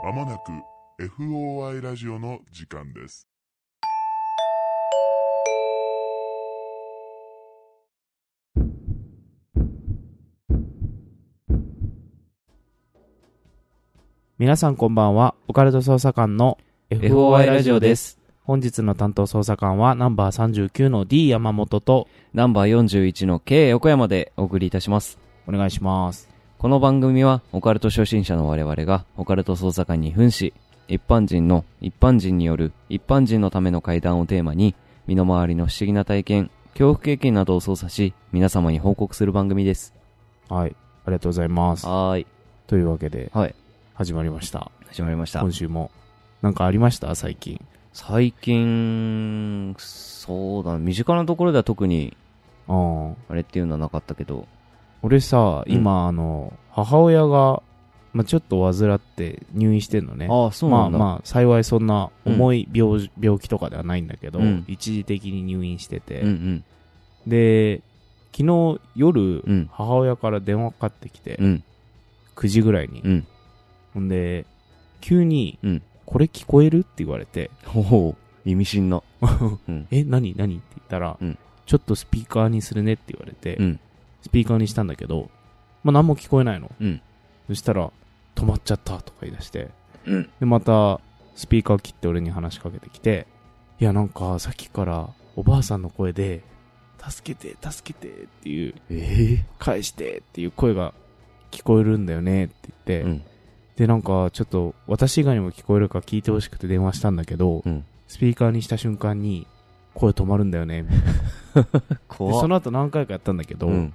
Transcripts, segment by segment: まもなく FOI ラジオの時間です。皆さんこんばんは。オカルト捜査官の FOI ラジオで。す。本日の担当捜査官はナンバー39の D 山本とナンバー41の K 横山でお送りいたします。お願いします。この番組はオカルト初心者の我々がオカルト捜査官に扮し、一般人の一般人による一般人のための会談をテーマに、身の回りの不思議な体験、恐怖経験などを操作し、皆様に報告する番組です。はい。ありがとうございます。はーい。というわけで、はい始まりました。始まりました今。週も。なんかありました最近。最近、そうだ、身近なところでは特に、うん。あれっていうのはなかったけど、俺さ、うん今、あの、母親が、まあ、ちょっと患って入院してんのね。ああ、そまあまあままあ、幸いそんな重い病,、病気とかではないんだけど、うん一時的に入院してて、あ、うんで、昨日夜、うん母親から電話かかってきて、うん。うん、 9時ぐらいに。うん。ほんで、急に、うんこれ聞こえるって言われて、 ほほう、意味深な。うんえ、何何って言ったら、うんちょっとスピーカーにするねって言われて、うんスピーカーにしたんだけど、まあ、何も聞こえないの。うんそしたら、止まっちゃったとか言い出して、うんで、また、スピーカー切って俺に話しかけてきて、いや、なんか、さっきから、おばあさんの声で、助けて、助けてっていう、え返してっていう声が聞こえるんだよねって言って、うん。で、なんか、ちょっと、私以外にも聞こえるか聞いてほしくて電話したんだけど、うんスピーカーにした瞬間に、声止まるんだよね。みたいなで怖その後何回かやったんだけど、うん。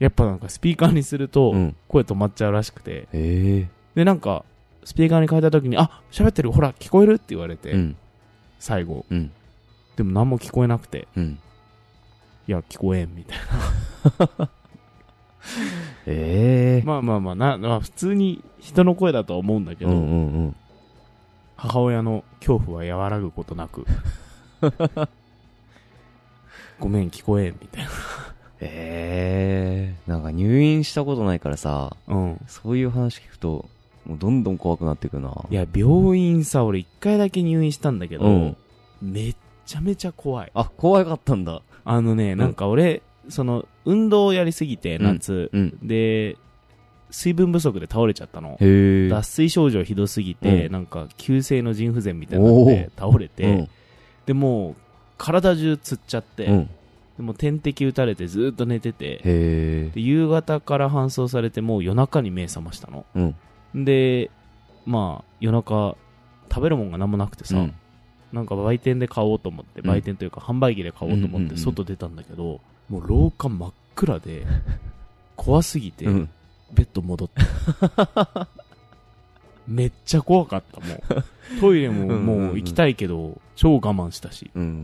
やっぱなんかスピーカーにするとう、ん。声止まっちゃうらしくて、えで、なんか、スピーカーに変えた時に、あ、喋ってる、ほら、聞こえるって言われて、えうん。最後。うん。でも何も聞こえなくて、うん。いや、聞こえん、みたいな。 ええまあまあまあ、な、まあ、普通に人の声だとは思うんだけうど、んうんうん。母親の恐怖は和らぐことな く。ごめん、聞こえん、みたいな。ええなんか入院したことないからさ、うん。そういう話聞くと、もうどんどん怖くなってくな。いや、病院さ、俺一回だけ入院したんだけど、うん。めっちゃめちゃ怖い。あ、怖かったんだ。あのね、なんか俺、その、運動をやりすぎて、うん夏、うん。で、水分不足で倒れちゃったの。へえ。脱水症状ひどすぎて、うんなんか急性の腎不全みたいになって倒れて、うん。でもう体中つっちゃって、うん。でもう点滴打たれてずーっと寝ててへえ。で夕方から搬送されてもう夜中に目覚ましたのうん。でまあ夜中食べるもんが何もなくてさ、うん。なんか売店で買おうと思ってうん売店というか販売機で買おうとうん思うっんうてん外出たんだけど、もう廊下真っ暗で怖すぎて、うん。ベッド戻った めっちゃ怖かったも うトイレもうんうんうんもう行きたいけど超我慢したしうんうんうん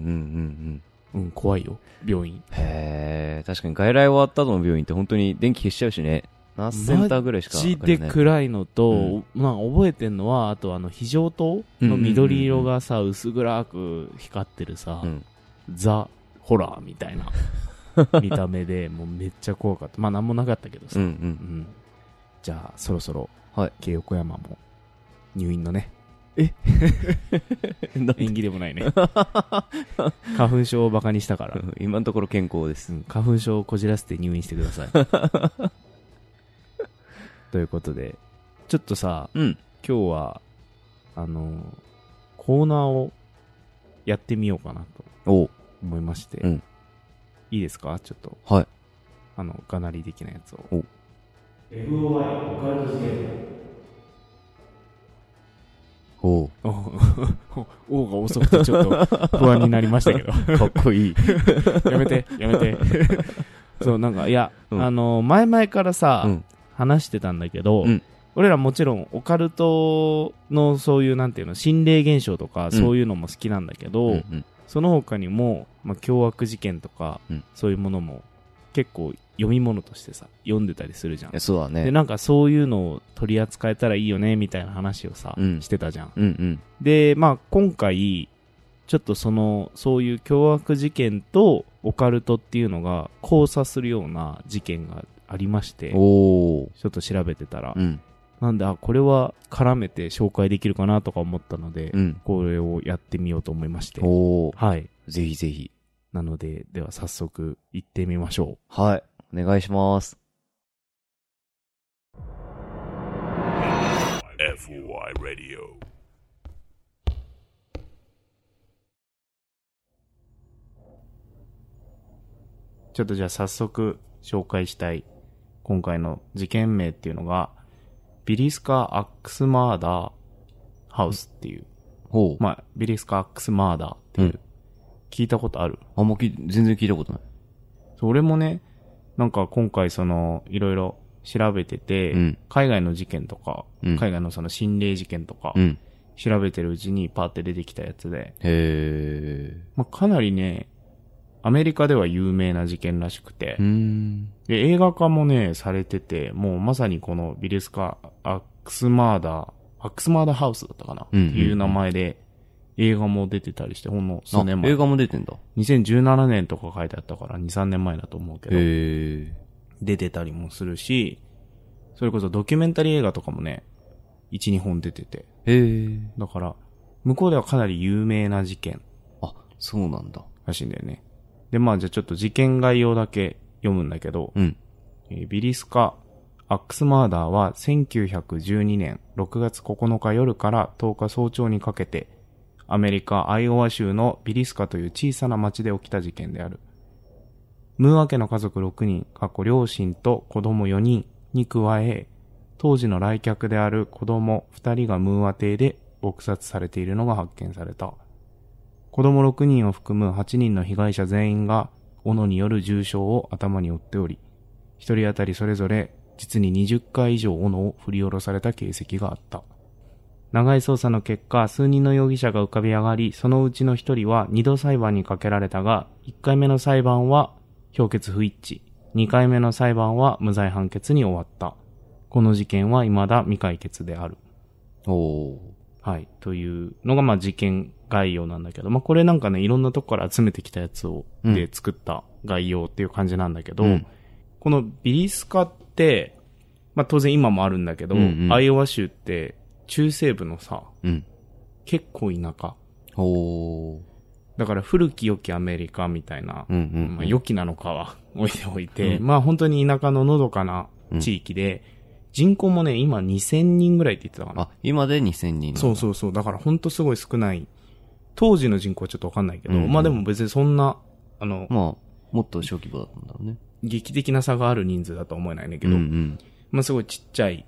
うん。うん怖いよ病院へえ。確かに外来終わった後の病院って本当に電気消しちゃうしね。ナースセンターぐらいしか血明かりでない。暗いのと、うんまあ覚えてんのはあとあの非常灯の緑色がさ、薄暗く光ってるさ、うんザ・ホラーみたい な見た目でもうめっちゃ怖かったまあ何もなかったけどさ、うんう。うんんじゃあそろそろ、はい慶横山も入院の ね なんで縁起でもないね花粉症をバカにしたから、うん 今のところ健康です。うん花粉症をこじらせて入院してくだ さいということでちょっとさうん。今日はあのコーナーをやってみようかなとおう思いまして、うんいいですかちょっとはい。あのがなり的なやつをお FOI オカルト事件 おうおおが遅くてちょっと不安になりましたけど かっこいい。 やめて、や めて。そう、なんか、いや、うんあの、前々からさ、うん話してたんだけど、うん俺らもちろんオカルトのそういう、なんていうの、心霊現象とか、んそういうのも好きなんだけど、うんうんその他にも、まあ、凶悪事件とか、うんそういうものも、結構読み物としてさ、読んでたりするじゃんいや。そうだで、ね。なんかそういうのを取り扱えたらいいよね、みたいな話をさ、うんしてたじゃん。うんうん。で、まあ、今回、ちょっとその、そういう凶悪事件とオカルトっていうのが交差するような事件がありまして、ちおお。ょっと調べてたら、うん。なんで、あ、これは絡めて紹介できるかなとか思ったので、うん。これをやってみようと思いまして。おー。はい。ぜひぜひ。なので、では早速行ってみましょはい。お願いします。 FOI Radio う。ちょっとじゃあ早速紹介したい、今回の事件名っていうのが、ビリスカ・アックス・マーダー・ハウスっていう、ほう。まあ、ビリスカ・アックス・マーダーっていう、うん聞いたことあるあんまき、全然聞いたことない。そう俺もね、なんか今回その、いろいろ調べてて、うん海外の事件とか、うん海外のその心霊事件とか、うん。調べてるうちにパーって出てきたやつで、へまあ、かなりね、アメリカでは有名な事件らしくて、ー。うーん。で映画化もね、されてて、もうまさにこのビレスカ・アックスマーダー、アックスマーダーハウスだったかな、うんうんうんっていう名前で、映画も出てたりして、ほんの数あ、年前映。画も出てんだ。 2017年とか書いてあったから、2、3年前だと思うけへど、ー。出てたりもするし、それこそドキュメンタリー映画とかもね、1、2本出てて。へー。だから、向こうではかなり有名な事件あ、そうなんだ。らしいんだよね。で、まあじゃあちょっと事件概要だけ読むんだけど、うん。えービリスカ・アックスマーダーは1912年6月9日夜から10日早朝にかけて、アメリカ・アイオワ州のビリスカという小さな町で起きた事件である。ムーア家の家族6人、過去両親と子供4人に加え、当時の来客である子供2人がムーア邸で撲殺されているのが発見された。子供6人を含む8人の被害者全員が斧による重傷を頭に負っており、一人当たりそれぞれ実に20回以上斧を振り下ろされた形跡があった。長い捜査の結果、数人の容疑者が浮かび上がり、そのうちの一人は二度裁判にかけられたが、一回目の裁判は評決不一致、二回目の裁判は無罪判決に終わった。この事件は未だ未解決である。おー。はい。というのが、まあ、事件概要なんだけど、まあ、これなんかね、いろんなとこから集めてきたやつを、うんで作った概要っていう感じなんだけど、うんこのビリスカって、まあ、当然今もあるんだけど、うんうんアイオワ州って、中西部のさ、うん。結構田舎。おー。だから古き良きアメリカみたいな、うんうん。まあ、良きなのかは 置いておいて、うんまあ、本当に田舎ののどかな地域で、人口もね、今2000人ぐらいって言ってたかな。あ、今で2000人。そうそうそう。だから本当すごい少ない。当時の人口はちょっとわかんないけど、うんうんまあでも別にそんな、あの、まあ、もっと小規模だったんだろうね。劇的な差がある人数だとは思えないんだけうんど、うん。まあすごいちっちゃい、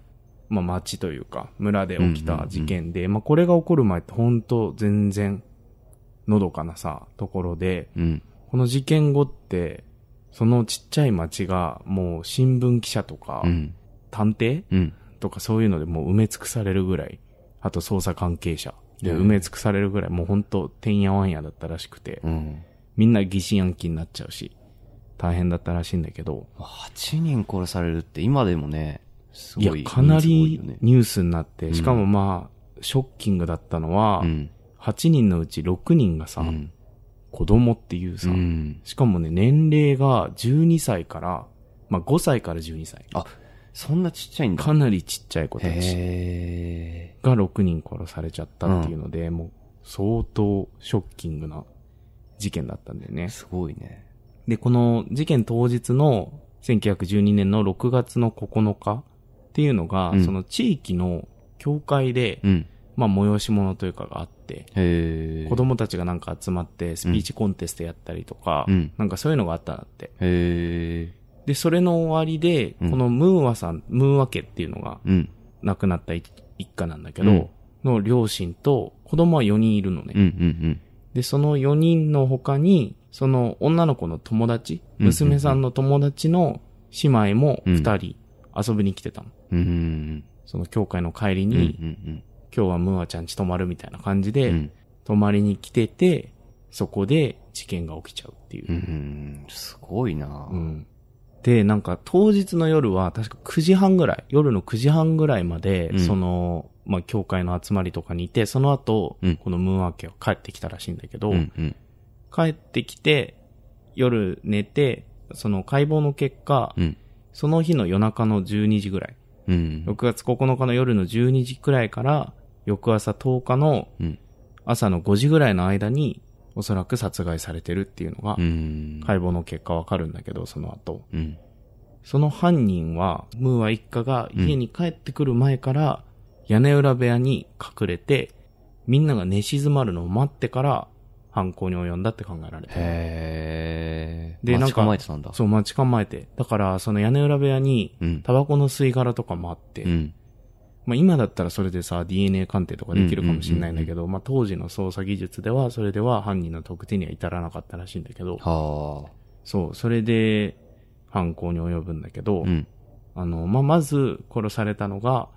まあ町というか、村で起きた事件で、まあこれが起こる前って本当全然、のどかなさ、ところで、うん。この事件後って、そのちっちゃい町がもう新聞記者とかう、ん。探偵うん。とかそういうのでもう埋め尽くされるぐらい、あと捜査関係者でうん埋め尽くされるぐらい、もう本当てんやわんやだったらしくて、うん。みんな疑心暗鬼になっちゃうし、大変だったらしいんだけど、 8人殺されるって今でもね、すいやごい。、かな人数多いりよねニュースになっうて、んしかもまあ、ショッキングだったのはう、ん。 8人のうち6人がさう、ん。子供っていううさ、ん。しかもね、年齢が12歳から、まあ5歳から12歳。あ、そんなちっちゃいんだ。かなりちっちゃい子たち。へが6人殺されちゃったっていうので、もう相当ショッキングな事件だったんだよねー。。すごいね。で、この事件当日の1912年の6月の9日っていうのが、うんその地域の教会で、うん。まあ催し物というかがあって、へー。子供たちがなんか集まってスピーチコンテストやったりとか、うん。なんかそういうのがあったんだって。へで、それの終わりで、うんこのムーアさん、ムーア家っていうのがー。うん。亡くなった一家なんだけど、うんの両親と子供は4人いるのね。うんうんで、その4人の他に、その女の子の友達、うんうんうん娘さんの友達の姉妹もうん2人遊びに来てたの。うん。うん。その教会の帰りうんうに、ん今日はムーアちゃん家泊まるみたいな感じうで、ん。泊まりに来てて、そこで事件が起きちゃうっていうう。ん。すごいなうんで、なんか当日の夜は確か9時半ぐらい、夜の9時半ぐらいまで、うんその、まあ、教会の集まりとかにいて、その後、うんこのムーア家は帰ってきたらしいんだけど、うんうん。帰ってきて、夜寝て、その解剖の結果、うん。その日の夜中の12時ぐらいうん。 6月9日の夜の12時くらいから、翌朝10日のうん朝の5時ぐらいの間に、おそらく殺害されてるっていうのがう、ん。解剖の結果わかるんだけど、その後。うん。その犯人は、ムーア一家が家に帰ってくる前から、屋根裏部屋に隠れて、みんなが寝静まるのを待ってから、犯行に及んだって考えられてる。へー。でなんか待ち構えてたんだ。そう、待ち構えて。だから、その屋根裏部屋に、う。うん。タバコの吸い殻とかもあって、うん。まあ今だったらそれでさ、DNA 鑑定とかできるかもしれないんだけど、まあ当時の捜査技術では、それでは犯人の特定には至らなかったらしいんだけど、はそう、それで犯行に及ぶんだけど、ー。うん。あの、まあまず殺されたのが、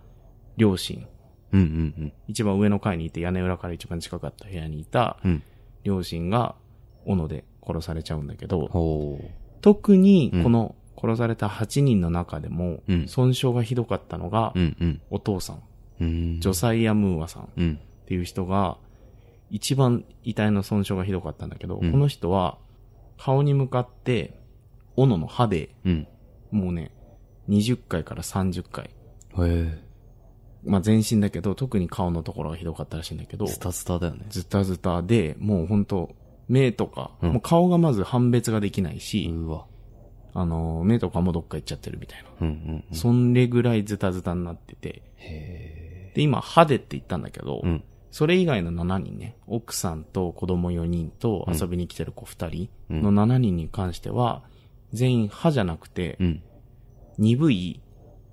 両親。うんうん一番上の階にいて、屋根裏から一番近かった部屋にいたうん。うん。両親が、斧で殺されちゃうんだけど、ほー。特にこの殺された8人の中でもうん、損傷がひどかったのがう、んうん。お父さん、うん。ジョサイア・ムーアさん。うん。っていう人が、一番遺体の損傷がひどかったんだけど、うんこの人は、顔に向かって、斧の刃で、うん。もうね、20回から30回。へー。まあ、全身だけど、特に顔のところがひどかったらしいんだけど、スタスタだよね。ズタズタで、もうほんと、目とか、うんもう顔がまず判別ができないし、うわ。あのー、目とかもどっか行っちゃってるみたいな。うんうんうん。そんれぐらいズタズタになってて、へで、今、歯でって言ったんだけど、ー。うん。それ以外の7人ね、奥さんと子供4人と遊びに来てる子2うん人の7人に関しては、全員歯じゃなくてう、ん。鈍い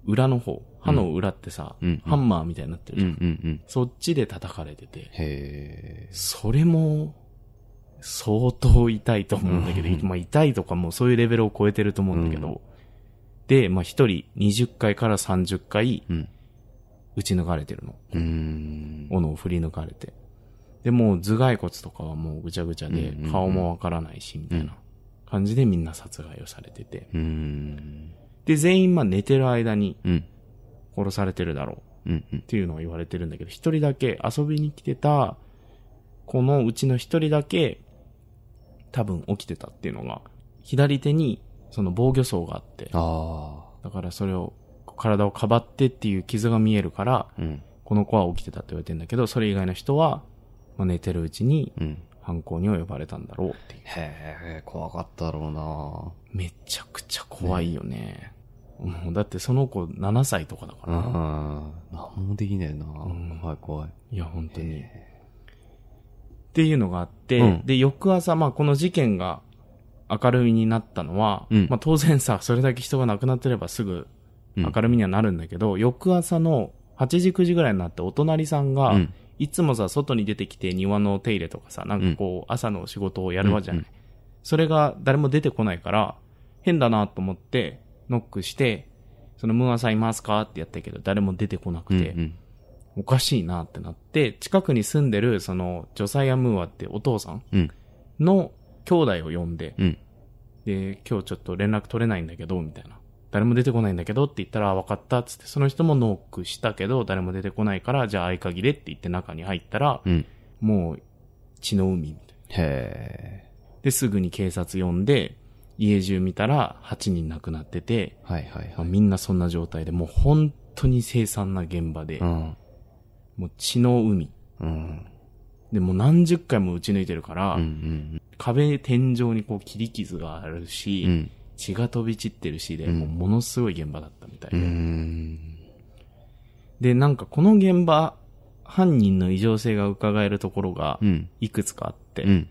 裏の方、歯の裏ってさ、うんハンマーみたいになってるうじんゃ。うんんうん。そっちで叩かれてて、へー。それも、相当痛いと思うんだけど、うんまあ痛いとかもうそういうレベルを超えてると思うんだけど、で、まあ1人20回から30回うん。打ち抜かれてるの。うーん。斧を振り抜かれて。で、もう頭蓋骨とかはもうぐちゃぐちゃでうんうんう、ん顔もわからないし、みたいな感じでみんな殺害をされてて。うーん。で、全員まあ寝てる間にうん。殺されてるだろううんうんっ。ていうのが言われてるんだけど、一人だけ遊びに来てた、このうちの一人だけ、多分起きてたっていうのが、左手にその防御層があって、あだからそれを、体をかばってっていう傷が見えるから、ー。うん。この子は起きてたって言われてんだけど、それ以外の人は、まあ、寝てるうちにうん。犯行に及ばれたんだろうっていう。へー、怖かったろうなめちゃくちゃ怖いよね。もうだってその子7歳とかだから。うん。何もできねえな、ん怖い怖い。いや、本当に。っていうのがあって、うんで、翌朝、まあこの事件が明るみになったのは、うんまあ当然さ、それだけ人が亡くなってればすぐ明るみにはなるんだけど、翌朝の8時9時ぐらいになってお隣さんが、うんいつもさ、外に出てきて庭の手入れとかさ、なんかこう、朝の仕事をやるわじゃない。うんそれが誰も出てこないから、変だなと思って、ノックして、そのムーアさんいますかってやったけど、誰も出てこなくて、うんおかしいなってなって、近くに住んでる、その、ジョサイア・ムーアってお父さんうん。の兄弟を呼んで、うん。で、今日ちょっと連絡取れないんだけど、みたいな。誰も出てこないんだけどって言ったら、あ分かったっつって、その人もノックしたけど、誰も出てこないから、じゃあ合鍵でって言って中に入ったら、うん。もう、血の海みたいな。へで、すぐに警察呼んで、家中見たら8人亡くなってて、ー。はいはいまはあい。みんなそんな状態で、もう本当に凄惨な現場で、うん。もう血の海。うん。で、もう何十回も打ち抜いてるから、うん。壁、天井にこう切り傷があるし、うん。血が飛び散ってるしで、うんもうものすごい現場だったみたいで。うん。で、なんかこの現場、犯人の異常性が伺えるところがう、ん。いくつかあって、うん。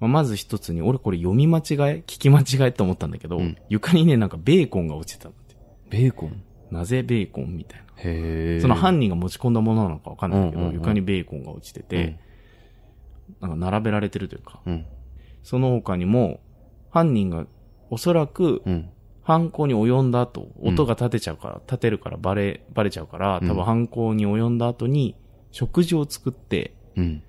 まあまず一つに、俺これ読み間違え聞き間違えと思ったんだけど、うん床にね、なんかベーコンが落ちてたんだって。ベーコンなぜベーコンみたいな。へー。その人犯人が持ち込んだものなのかわかんないんだけど、うんうんうん床にベーコンが落ちてて、、なんか並べられてるというか、うん。その他にも、犯人がおそらく、うん。犯行に及んだ後、ん音が立てちゃうから、立てるからバレ、バレちゃうから、うん多分犯行に及んだ後に、食事を作って、うん。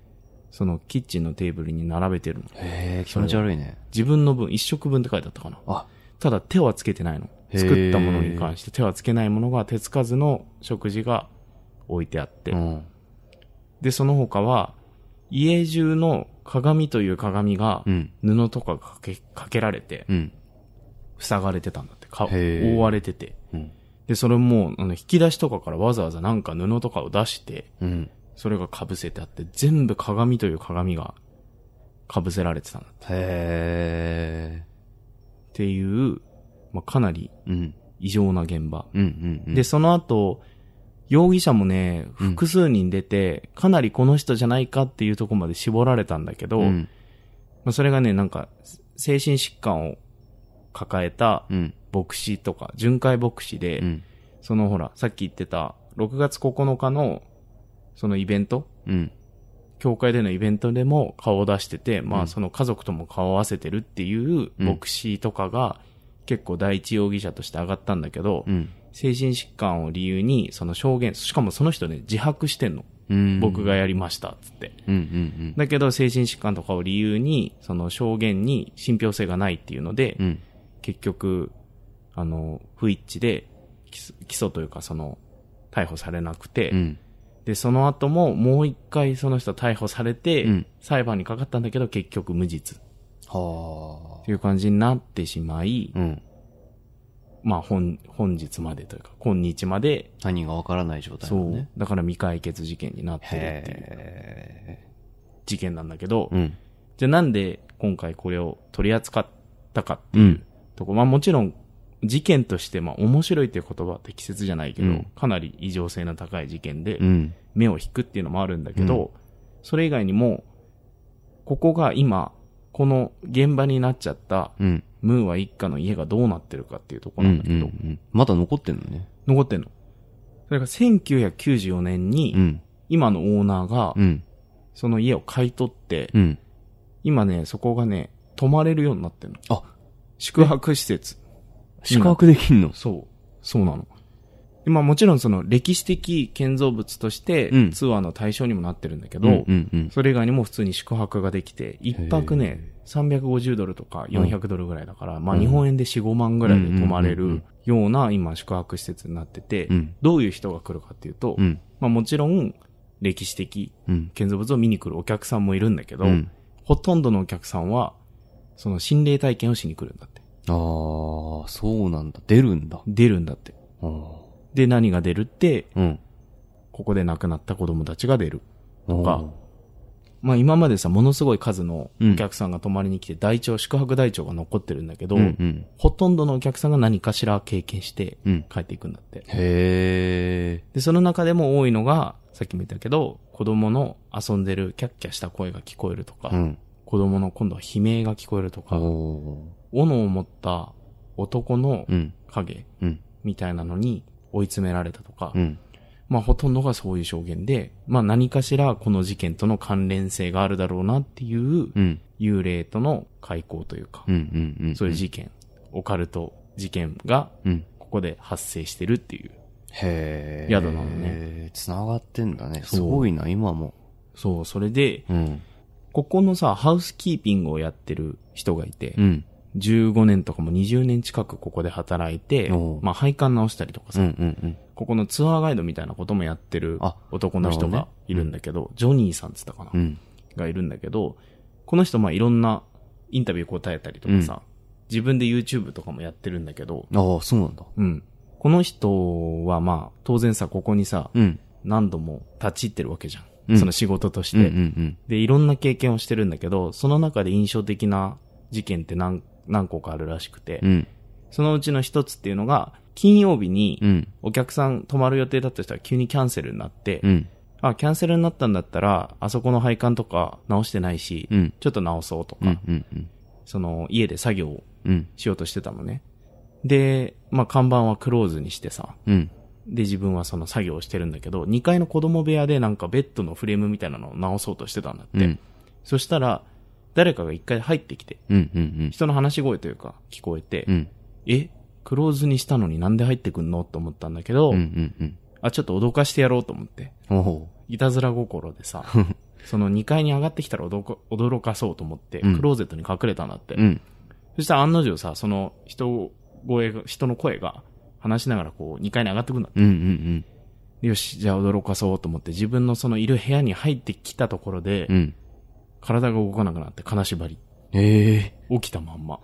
そのキッチンのテーブルに並べてるの。へー、気持ち悪いね。自分の分、一食分って書いてあったかな。あ、ただ手はつけてないの。へー作ったものに関して手はつけないものが手つかずの食事が置いてあって。うん。で、その他は、家中の鏡という鏡がう、ん。布とかかけ、かけられてう、ん。塞がれてたんだって。かへー覆われてて。うん。で、それもう、あの、引き出しとかからわざわざなんか布とかを出して、うん。それが被せてあって、全部鏡という鏡が被せられてたんだっへていう、まあ、かなりー。うん。異常な現場。うんうんうん。で、、その後、容疑者もね、うん複数人出て、かなりこの人じゃないかっていうところまで絞られたんだけど、うん。まあ、それがね、なんか、精神疾患を抱えたうん。牧師とか、巡回牧師で、うん。そのほら、さっき言ってた、6月9日の、そのイベントうん。教会でのイベントでも顔を出してて、まうあんその家族とも顔を合わせてるっていううん牧師とかが結構第一容疑者として上がったんだけど、うん。精神疾患を理由にその証言、しかもその人ね、自白してんの。うん。僕がやりました、っつって。うんうんだけど精神疾患とかを理由に、その証言に信憑性がないっていうので、うん。うん。結局、あの、不一致で起訴起訴というかその、逮捕されなくて、うん。で、その後ももう一回その人逮捕されて、うん裁判にかかったんだけど結局無実っはていう感じになってしまい、あ。うん。まあ本、本日までというか、今日まで、犯人がわからない状態だそもんうね。、だから未解決事件になってるっていうへ事件なんだけど、ー。うん。じゃあなんで今回これを取り扱ったかってう。いうんとこ、まあもちろん事件として、まあ面白いっていう言葉は適切じゃないけど、うんかなり異常性の高い事件で、うん。目を引くっていうのもあるんだけど、それ以外にも、ここが今、この現場になっちゃった、うん。ムーア一家の家がどうなってるかっていうとこうん。うろなんんだけど、うん。まだ残ってんのね。残ってんの。それが1994年に、うん。今のオーナーがう、ん。その家を買い取って、うん。今ね、そこがね、泊まれるようになってんの。あ宿泊施設。宿泊できんのそう。そうなの。でまあもちろんその歴史的建造物としてうんツアーの対象にもなってるんだけど、うんうんうん。それ以外にも普通に宿泊ができて、一泊ね、350ドルとか400ドルぐらいだから、まあうん日本円で4、5万ぐらいで泊まれうんうんうんるような今宿泊施設になっててう、ん。どういう人が来るかっていうとう、ん。まあもちろん歴史的うん。建造物を見に来るお客さんもいるんだけどう、ん。ほとんどのお客さんは、その心霊体験をしに来るんだって。ああ、そうなんだ。出るんだ。出るんだって。あーで、何が出るって、うん。ここで亡くなった子供たちが出る。とかまあ今までさ、ものすごい数のお客さんが泊まりに来て、大腸、宿泊大腸が残ってるんだけど、うんうん。ほとんどのお客さんが何かしら経験してうん。帰っていくんだって。へえ。で、その中でも多いのが、さっきも言ったけど、子供の遊んでるキャッキャした声が聞こえるとか、うん。子供の今度は悲鳴が聞こえるとか、お斧を持った男のーうん。影うん。みたいなのに追い詰められたとか、うん。まあほとんどがそういう証言で、まあ何かしらこの事件との関連性があるだろうなっていううん。幽霊との開口というか、うん。うん。うん。そういう事件、オカルト事件がうん。ここで発生してるっていうへえ。宿なのね。繋がってんだね。そうすごいな、今も。そう、それで、うん。ここのさ、ハウスキーピングをやってる人がいて、うん。 15年とかも20年近くここで働いておう、まあ配管直したりとかうさ、ん。うん。ここのツアーガイドみたいなこともやってるあ男の人なるがほどねいるんだけど、ジョニーさんって言ったかうな、ん。がいるんだけど、この人まあいろんなインタビュー答えたりとかさ、自分で YouTube とかもやってるんだけど、ああ、そうなんだ。うん。この人はまあ当然さ、ここにさ、うん。何度も立ち入ってるわけじゃん。うんその仕事として、うん。うん。で、いろんな経験をしてるんだけど、その中で印象的な事件って何何個かあるらしくて、うん。そのうちの一つっていうのが、金曜日うにん。お客さん泊まる予定だった人は急にキャンセルになって、うん。あ、キャンセルになったんだったら、あそこの配管とか直してないし、うん。ちょっと直そうとか、うん。うん。うん。その家で作業をうん。しようとしてたのね。で、まあ看板はクローズにしてさ、うん。で、自分はその作業をしてるんだけど、2階の子供部屋でなんかベッドのフレームみたいなのを直そうとしてたんだって。うん。そしたら、誰かが1階入ってきて、うん。うん。人の話し声というか聞こえて、うん。えクローズにしたのになんで入ってくんのと思ったんだけど、うん。うん。うん。あ、ちょっと脅かしてやろうと思って。おお。いたずら心で さ、その2階に上がってきたら驚か驚かそうと思って、うんクローゼットに隠れたんだって。うん。そしたら案の定さ、その人声が、人の声が話しながらこう2階に上がってくんだって。うん。うん。よし、じゃあ驚かそうと思って自分のそのいる部屋に入ってきたところで、うん。体が動かなくなって金縛り。へええ起きたまんま。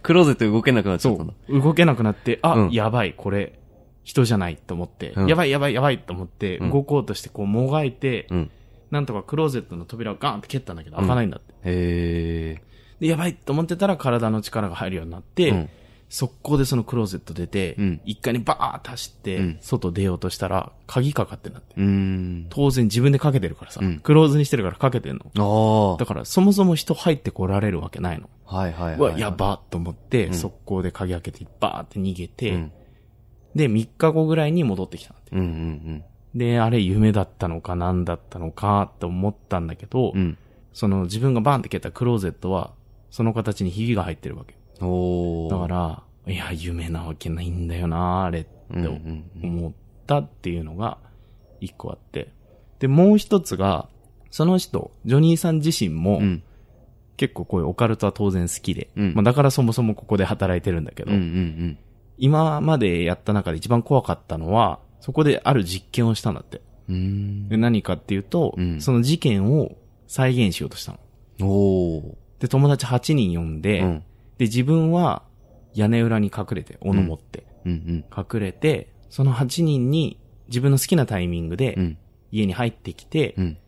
クローゼット動けなくなっちゃそったんだ。う。動けなくなって、あ、うんやばい、これ、人じゃないと思って、うんやばい、やばい、やばいと思って、うん動こうとして、こう、もがいて、うんなんとかクローゼットの扉をガンって蹴ったんだけど、開かないんだって。へで、やばいと思ってたら、体の力が入るようになっえて、うん。速攻でそのクローゼット出て、うん一回にバーッ足して、うん外出ようとしたら、鍵かかってなって。うーん。当然自分でかけてるからさ、うんクローズにしてるからかけてんの。あだから、そもそも人入ってこられるわけないの。あ。はいはいはい。うわ、やばっと思って、うん速攻で鍵開けて、バーって逃げうて、ん。で、3日後ぐらいに戻ってきたんだってうんうんで、あれ夢だったのか何だったのかって思ったんだけど、うん。うん。その自分がバンって蹴ったクローゼットは、その形にひびが入ってるわけ。おー。だから、いや、夢なわけないんだよな、あれってうんうんうん、思ったっていうのが一個あって。で、もう一つが、その人、ジョニーさん自身も、うん。結構こういうオカルトは当然好きで、うんまあだからそもそもここで働いてるんだけうんど、うんうん。今までやった中で一番怖かったのは、そこである実験をしたんだって。うーでん。何かっていうと、うんその事件を再現しようとしたの。おー。で、友達8人呼んで、うん。で、自分は屋根裏に隠れて、斧持って、うん隠れて、その8人に自分の好きなタイミングうん。うでん。家に入ってきて、うん。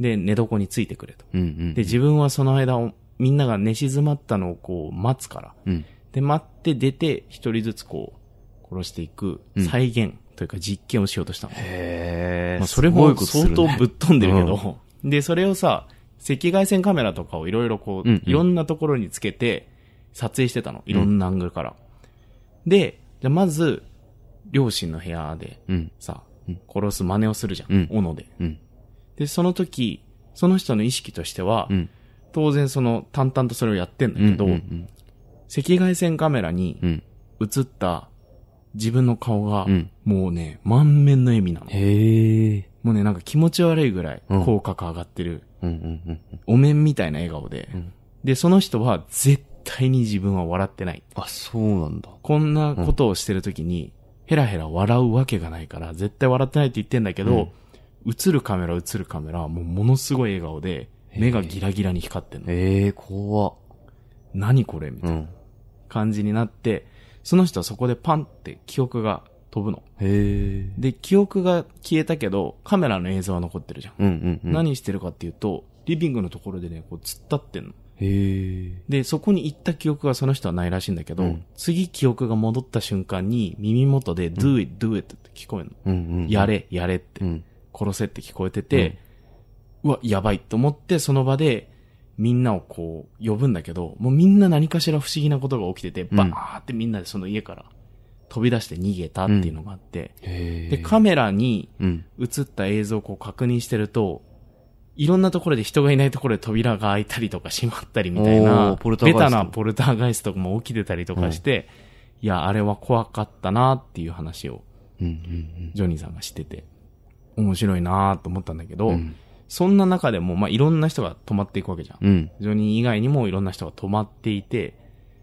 で、寝床についてくれと。うんうん。で、自分はその間を、みんなが寝静まったのをこう待つから。うん。で、待って出て、一人ずつこう、殺していくうん再現というか実験をしようとしたの。へえ。まあ、それすごいもことす相るね当ぶっ飛んでるけど、で、それをさ、赤外線カメラとかをいろいろこう、うんうんいろんなところにつけて、撮影してたの。いろんなアングルから。で、じゃあまず、両親の部屋でうん。さ、うん殺す真似をするじゃん。うん斧で。うん。で、その時、その人の意識としては、うん。当然その淡々とそれをやってんだうん。けど、うんうん赤外線カメラにうん。映った自分の顔が、うん。もうね、満面の笑みなの。へえ。もうね、なんか気持ち悪いぐらい、うん口角上がってる、うんうんうんうん。お面みたいな笑顔で、うんで、その人は絶対に自分は笑ってない。あ、そうなんだ。こんなことをしてる時に、ヘラヘラ笑うわけがないから、絶対笑ってないって言ってんだけど、映るカメラ映るカメラ、もうものすごい笑顔で、へー目がギラギラに光ってんの。ええ、怖っ。何これみたいなうん。感じになって、その人はそこでパンって記憶が飛ぶの。へえ。で、記憶が消えたけど、カメラの映像は残ってるじゃん。うんうんうん。何してるかっていうと、リビングのところでね、こう突っ立ってんの。へえ。で、そこに行った記憶がその人はないらしいんだけど、うん次記憶が戻った瞬間に耳元で do it, do it って聞こえるの。うんうん。や。れ、やれって、うん。殺せって聞こえてて、うわ、やばいと思ってその場でみんなをこう呼ぶんだけど、もうみんな何かしら不思議なことが起きてて、んバーってみんなでその家から飛び出して逃げたっていうのがあって、へえ。で、カメラにうん。映った映像をこう確認してると、いろんなところで人がいないところで扉が開いたりとか閉まったりみたいおーなポル、ターベガイストタなポルターガイストも起きてたりとかして、いや、あれは怖かったなっていう話をうんうんジョニーさんがしてて、面白いなと思ったんだけど、うん。うん。そんな中でも、まあ、いろんな人が泊まっていくわけじゃん。うん。ジョニー以外にもいろんな人が泊まっていて、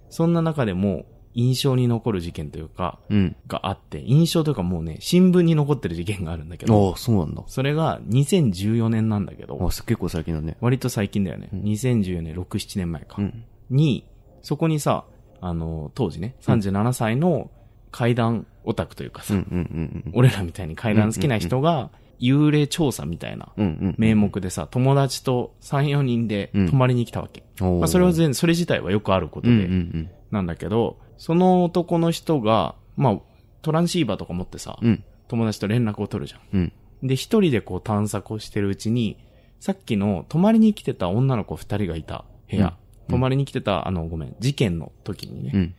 そんな中でも印象に残る事件というか、うん。があって、印象というかもうね、新聞に残ってる事件があるんだけど、ああ、そうなんだ。それが2014年なんだけあ、ど、す結構最近だね。割と最近だよね。うん2014年、6、7年前か。うん。に、そこにさ、あの、当時ね、37歳の階段オタクというかうさ、んうんうんうん。俺らみたいに階段好きな人が、幽霊調査みたいなうんうん。名目でさ、友達と3、4人でうん泊まりに来たわけ。おーまあ、それは全、それ自体はよくあることうんうで、んなんだけど、その男の人が、まあ、トランシーバーとか持ってさ、うん。うん。友達と連絡を取るじゃん。うん。で、一人でこう探索をしてるうちに、さっきの泊まりに来てた女の子二人がいた部屋、うん泊まりに来てた、あの、ごめん、事件の時にね、うん。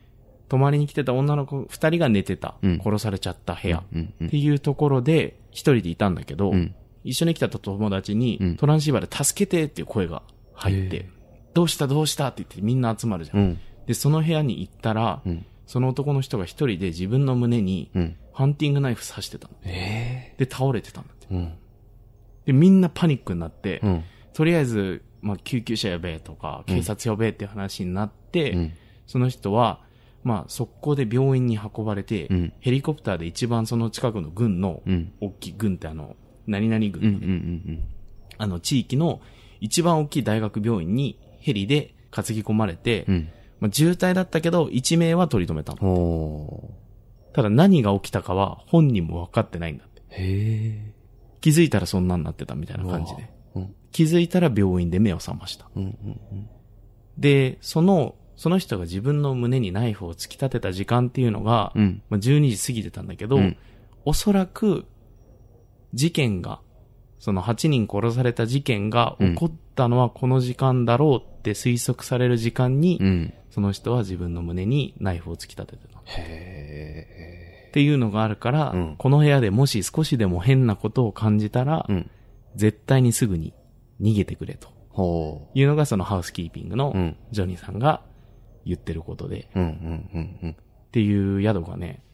泊まりに来てた女の子二人が寝てた、うん殺されちゃった部屋、うんうっんていうところで、一人でいたんだけど、うん。一緒に来た友達に、うんトランシーバーで助けてっていう声が入っへて、どうしたどうしたって言ってみんな集まるじゃん。うん。で、その部屋に行ったら、うん。その男の人が一人で自分の胸にうん。ハンティングナイフ刺してたの。えで、倒れてたんだって。え。うん。で、みんなパニックになって、うん。とりあえず、まあ、救急車呼べとか、警察呼べって話になって、うん。その人は、まあ、速攻で病院に運ばれて、うん。ヘリコプターで一番その近くの軍の、うん。大きい軍ってあの、何々軍、うんうんうんあの地域の一番大きい大学病院にヘリで担ぎ込まれて、うん。まあ、渋滞だったけど、1名は取り留めたの。おただ何が起きたかは本人も分かってないんだって。ー。へ気づいたらそんなんなってたみたいな感じで。ー。うん。気づいたら病院で目を覚ました。うん。うん。で、その、その人が自分の胸にナイフを突き立てた時間っていうのが、うん。まあ、12時過ぎてたんだけど、うんおそらく、事件が、その8人殺された事件が起こったのはこの時間だろうって推測される時間に、うん。その人は自分の胸にナイフを突き立ててた。っへていうのがあるから、うんこの部屋でもし少しでも変なことを感じたら、ー。うん。絶対にすぐに逃げてくれとほいうのがそのハウスキーピングう。うのん。ジョニーさんが言ってることで、うん。うん。うん。うん。っていう宿がね、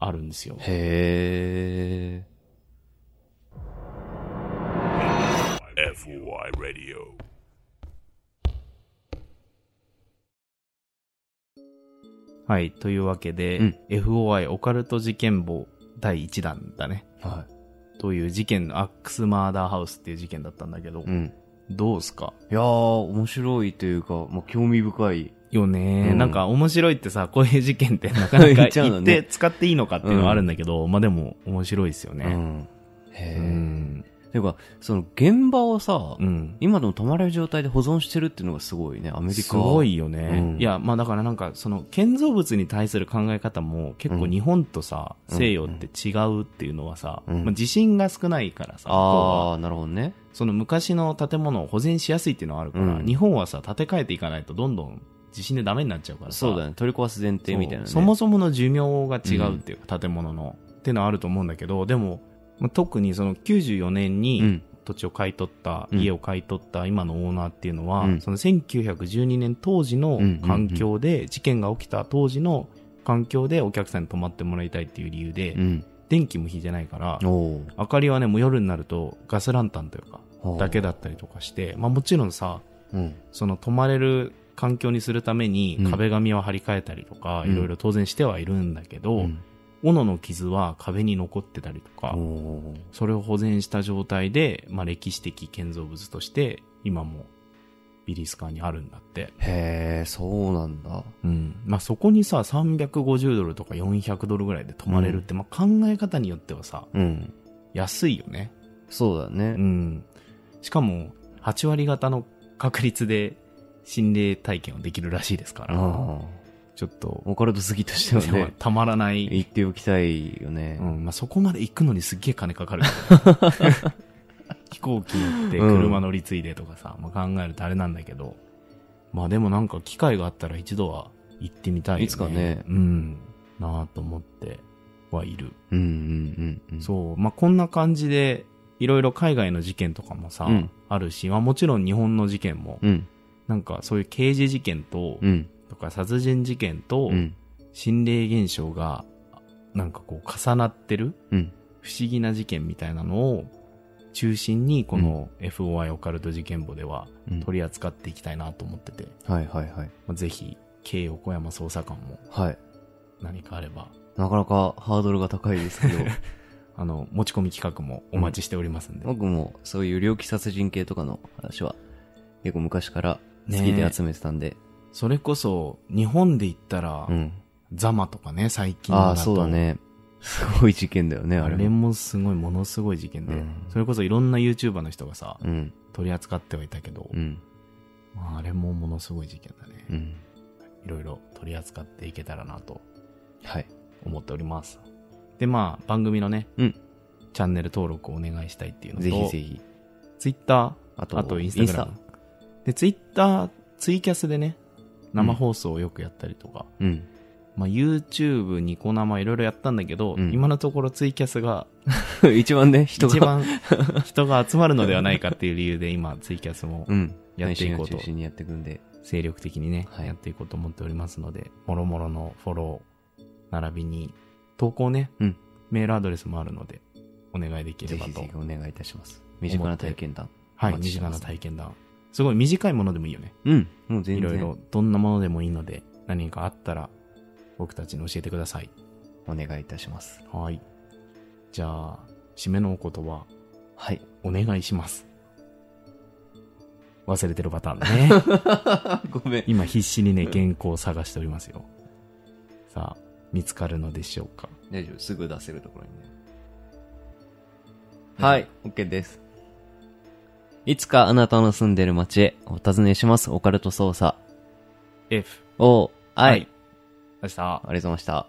あるんですよ。へ FOI Radio はい。というわけで、うん FOI オカルト事件簿第1弾だね。ー。はという事件のアックスマーダーハウスっていう事件だったんだけど、うん。どうすかいやー、面白いというか、まあ、興味深い。よね、うんなんか面白いってさ、こういう事件ってなかなか 言言っちゃうのってね使っていいのかっていうのはあるんだけど、まあでも面白いですようね。ん。うへん。え。ていうか、その現場をさ、うん。今でも止まれる状態で保存してるっていうのがすごいね、アメリカ。すご。いよね。うんいや、まあだからなんか、その建造物に対する考え方も結構日本とさ、うん西洋って違うっていうのはさ、うんまあ地震が少ないからさ、向こうはあー、なるほどね。その昔の建物を保全しやすいっていうのはあるから、うん日本はさ、建て替えていかないとどんどん地震でダメになっちゃうからさ。そうだね、取り壊す前提そうみたいなね。そもそもの寿命が違うっていうか、建物の。っていうのはあると思うんだけど、でも、まあ特にその94年うにん。土地を買い取った、うん家を買い取った今のオーナーっていうのは、うんその1912年当時の環境で、事件が起きた当時の環境でお客さんに泊まってもらいたいっていう理由で、うん。電気も引いてないから、おー明かりはね、もう夜になるとガスランタンというか、ほうだけだったりとかして、まあもちろんさ、うん。その泊まれる環境にするためにうん壁紙は張り替えたりとか、うんいろいろ当然してはいるんだけど、うん斧の傷は壁に残ってたりとか、おーそれを保全した状態で、まあ歴史的建造物として今もビリスカーにあるんだって。へえ、そうなんだ。うん。まあそこにさ、350ドルとか400ドルぐらいで泊まれるって、まあ考え方によってはさ、うん。安いよね。そうだうね。ん。しかも、8割方の確率で心霊体験をできるらしいですから、あちょっとー、オカルト好きとしてはね、たまらない。言っておきたいようね。ん、まあ、そこまで行くのにすっげえ金かかる。 飛行機乗って車乗り継いでとかさ、まあ、考えるとあれなんだけど。まあでもなんか機会があったら一度は行ってみたいよね。いつかねうん。なあと思ってはいる。うんうんうんうん。そう。まあ、こんな感じで、いろいろ海外の事件とかもさ、うんあるし、まあ、もちろん日本の事件も、うん。なんかそういう刑事事件と、うん。とか殺人事件と、うん。心霊現象が、なんかこう重なってる、うん不思議な事件みたいなのを中心に、この FOI オカルト事件簿ではうん取り扱っていきたいなと思ってて、はいはいはい。まあぜひ、K 横山捜査官もはい。何かあれば、なかなかハードルが高いです けど、あの、持ち込み企画もお待ちしておりますんで。僕もそういう猟奇殺人系とかの話は結構昔から好ねえきで集めてたんで。それこそ、日本で言ったら、うん。ザマとかね、最近のあだと。あ、そうだ。ね。すごい事件だよね、ああれれも。もすごい、ものすごい事件で、うんそれこそいろんな YouTuber の人がさ、うん。取り扱ってはいたけど、うん。まあ、あれもものすごい事件だね。うん。いろいろ取り扱っていけたらなとはい。思っております。で、まあ、番組のね、うんチャンネル登録をお願いしたいっていうのと、ぜひぜひ。ツイッタあー、と、あとインスタグラム。で、ツイッター、ツイキャスでね、生放送をよくやったりとか、うん。まあ、YouTube、ニコ生いろいろやったんだけど、うん今のところツイキャスが 一番ね、人が。一。 番人が集まるのではないかっていう理由で今ツイキャスもうん。やっていこうと内心を中心にやっていくんで。精力的にね、はいやっていこうと思っておりますので、もろもろのフォロー、並びに、投稿ね、うんメールアドレスもあるので、お願いできれぜばと。ひぜひお願いいたします。身近な体験談。はおい、待身ちして近まなす体験談。すごい短いものでもいいよね。うん。もう全然。いろいろ、どんなものでもいいので、何かあったら、僕たちに教えてください。お願いいたします。はい。じゃあ、締めのお言葉、はい。お願いします。忘れてるパターンね。ごめん。今必死にね、原稿を探しておりますよ。さあ、見つかるのでしょうか。大丈夫。すぐ出せるところにね。はい。OK です。いつかあなたの住んでる街へお尋ねします。オカルト捜査。 F。おー、はい。明日。ありがとうございました。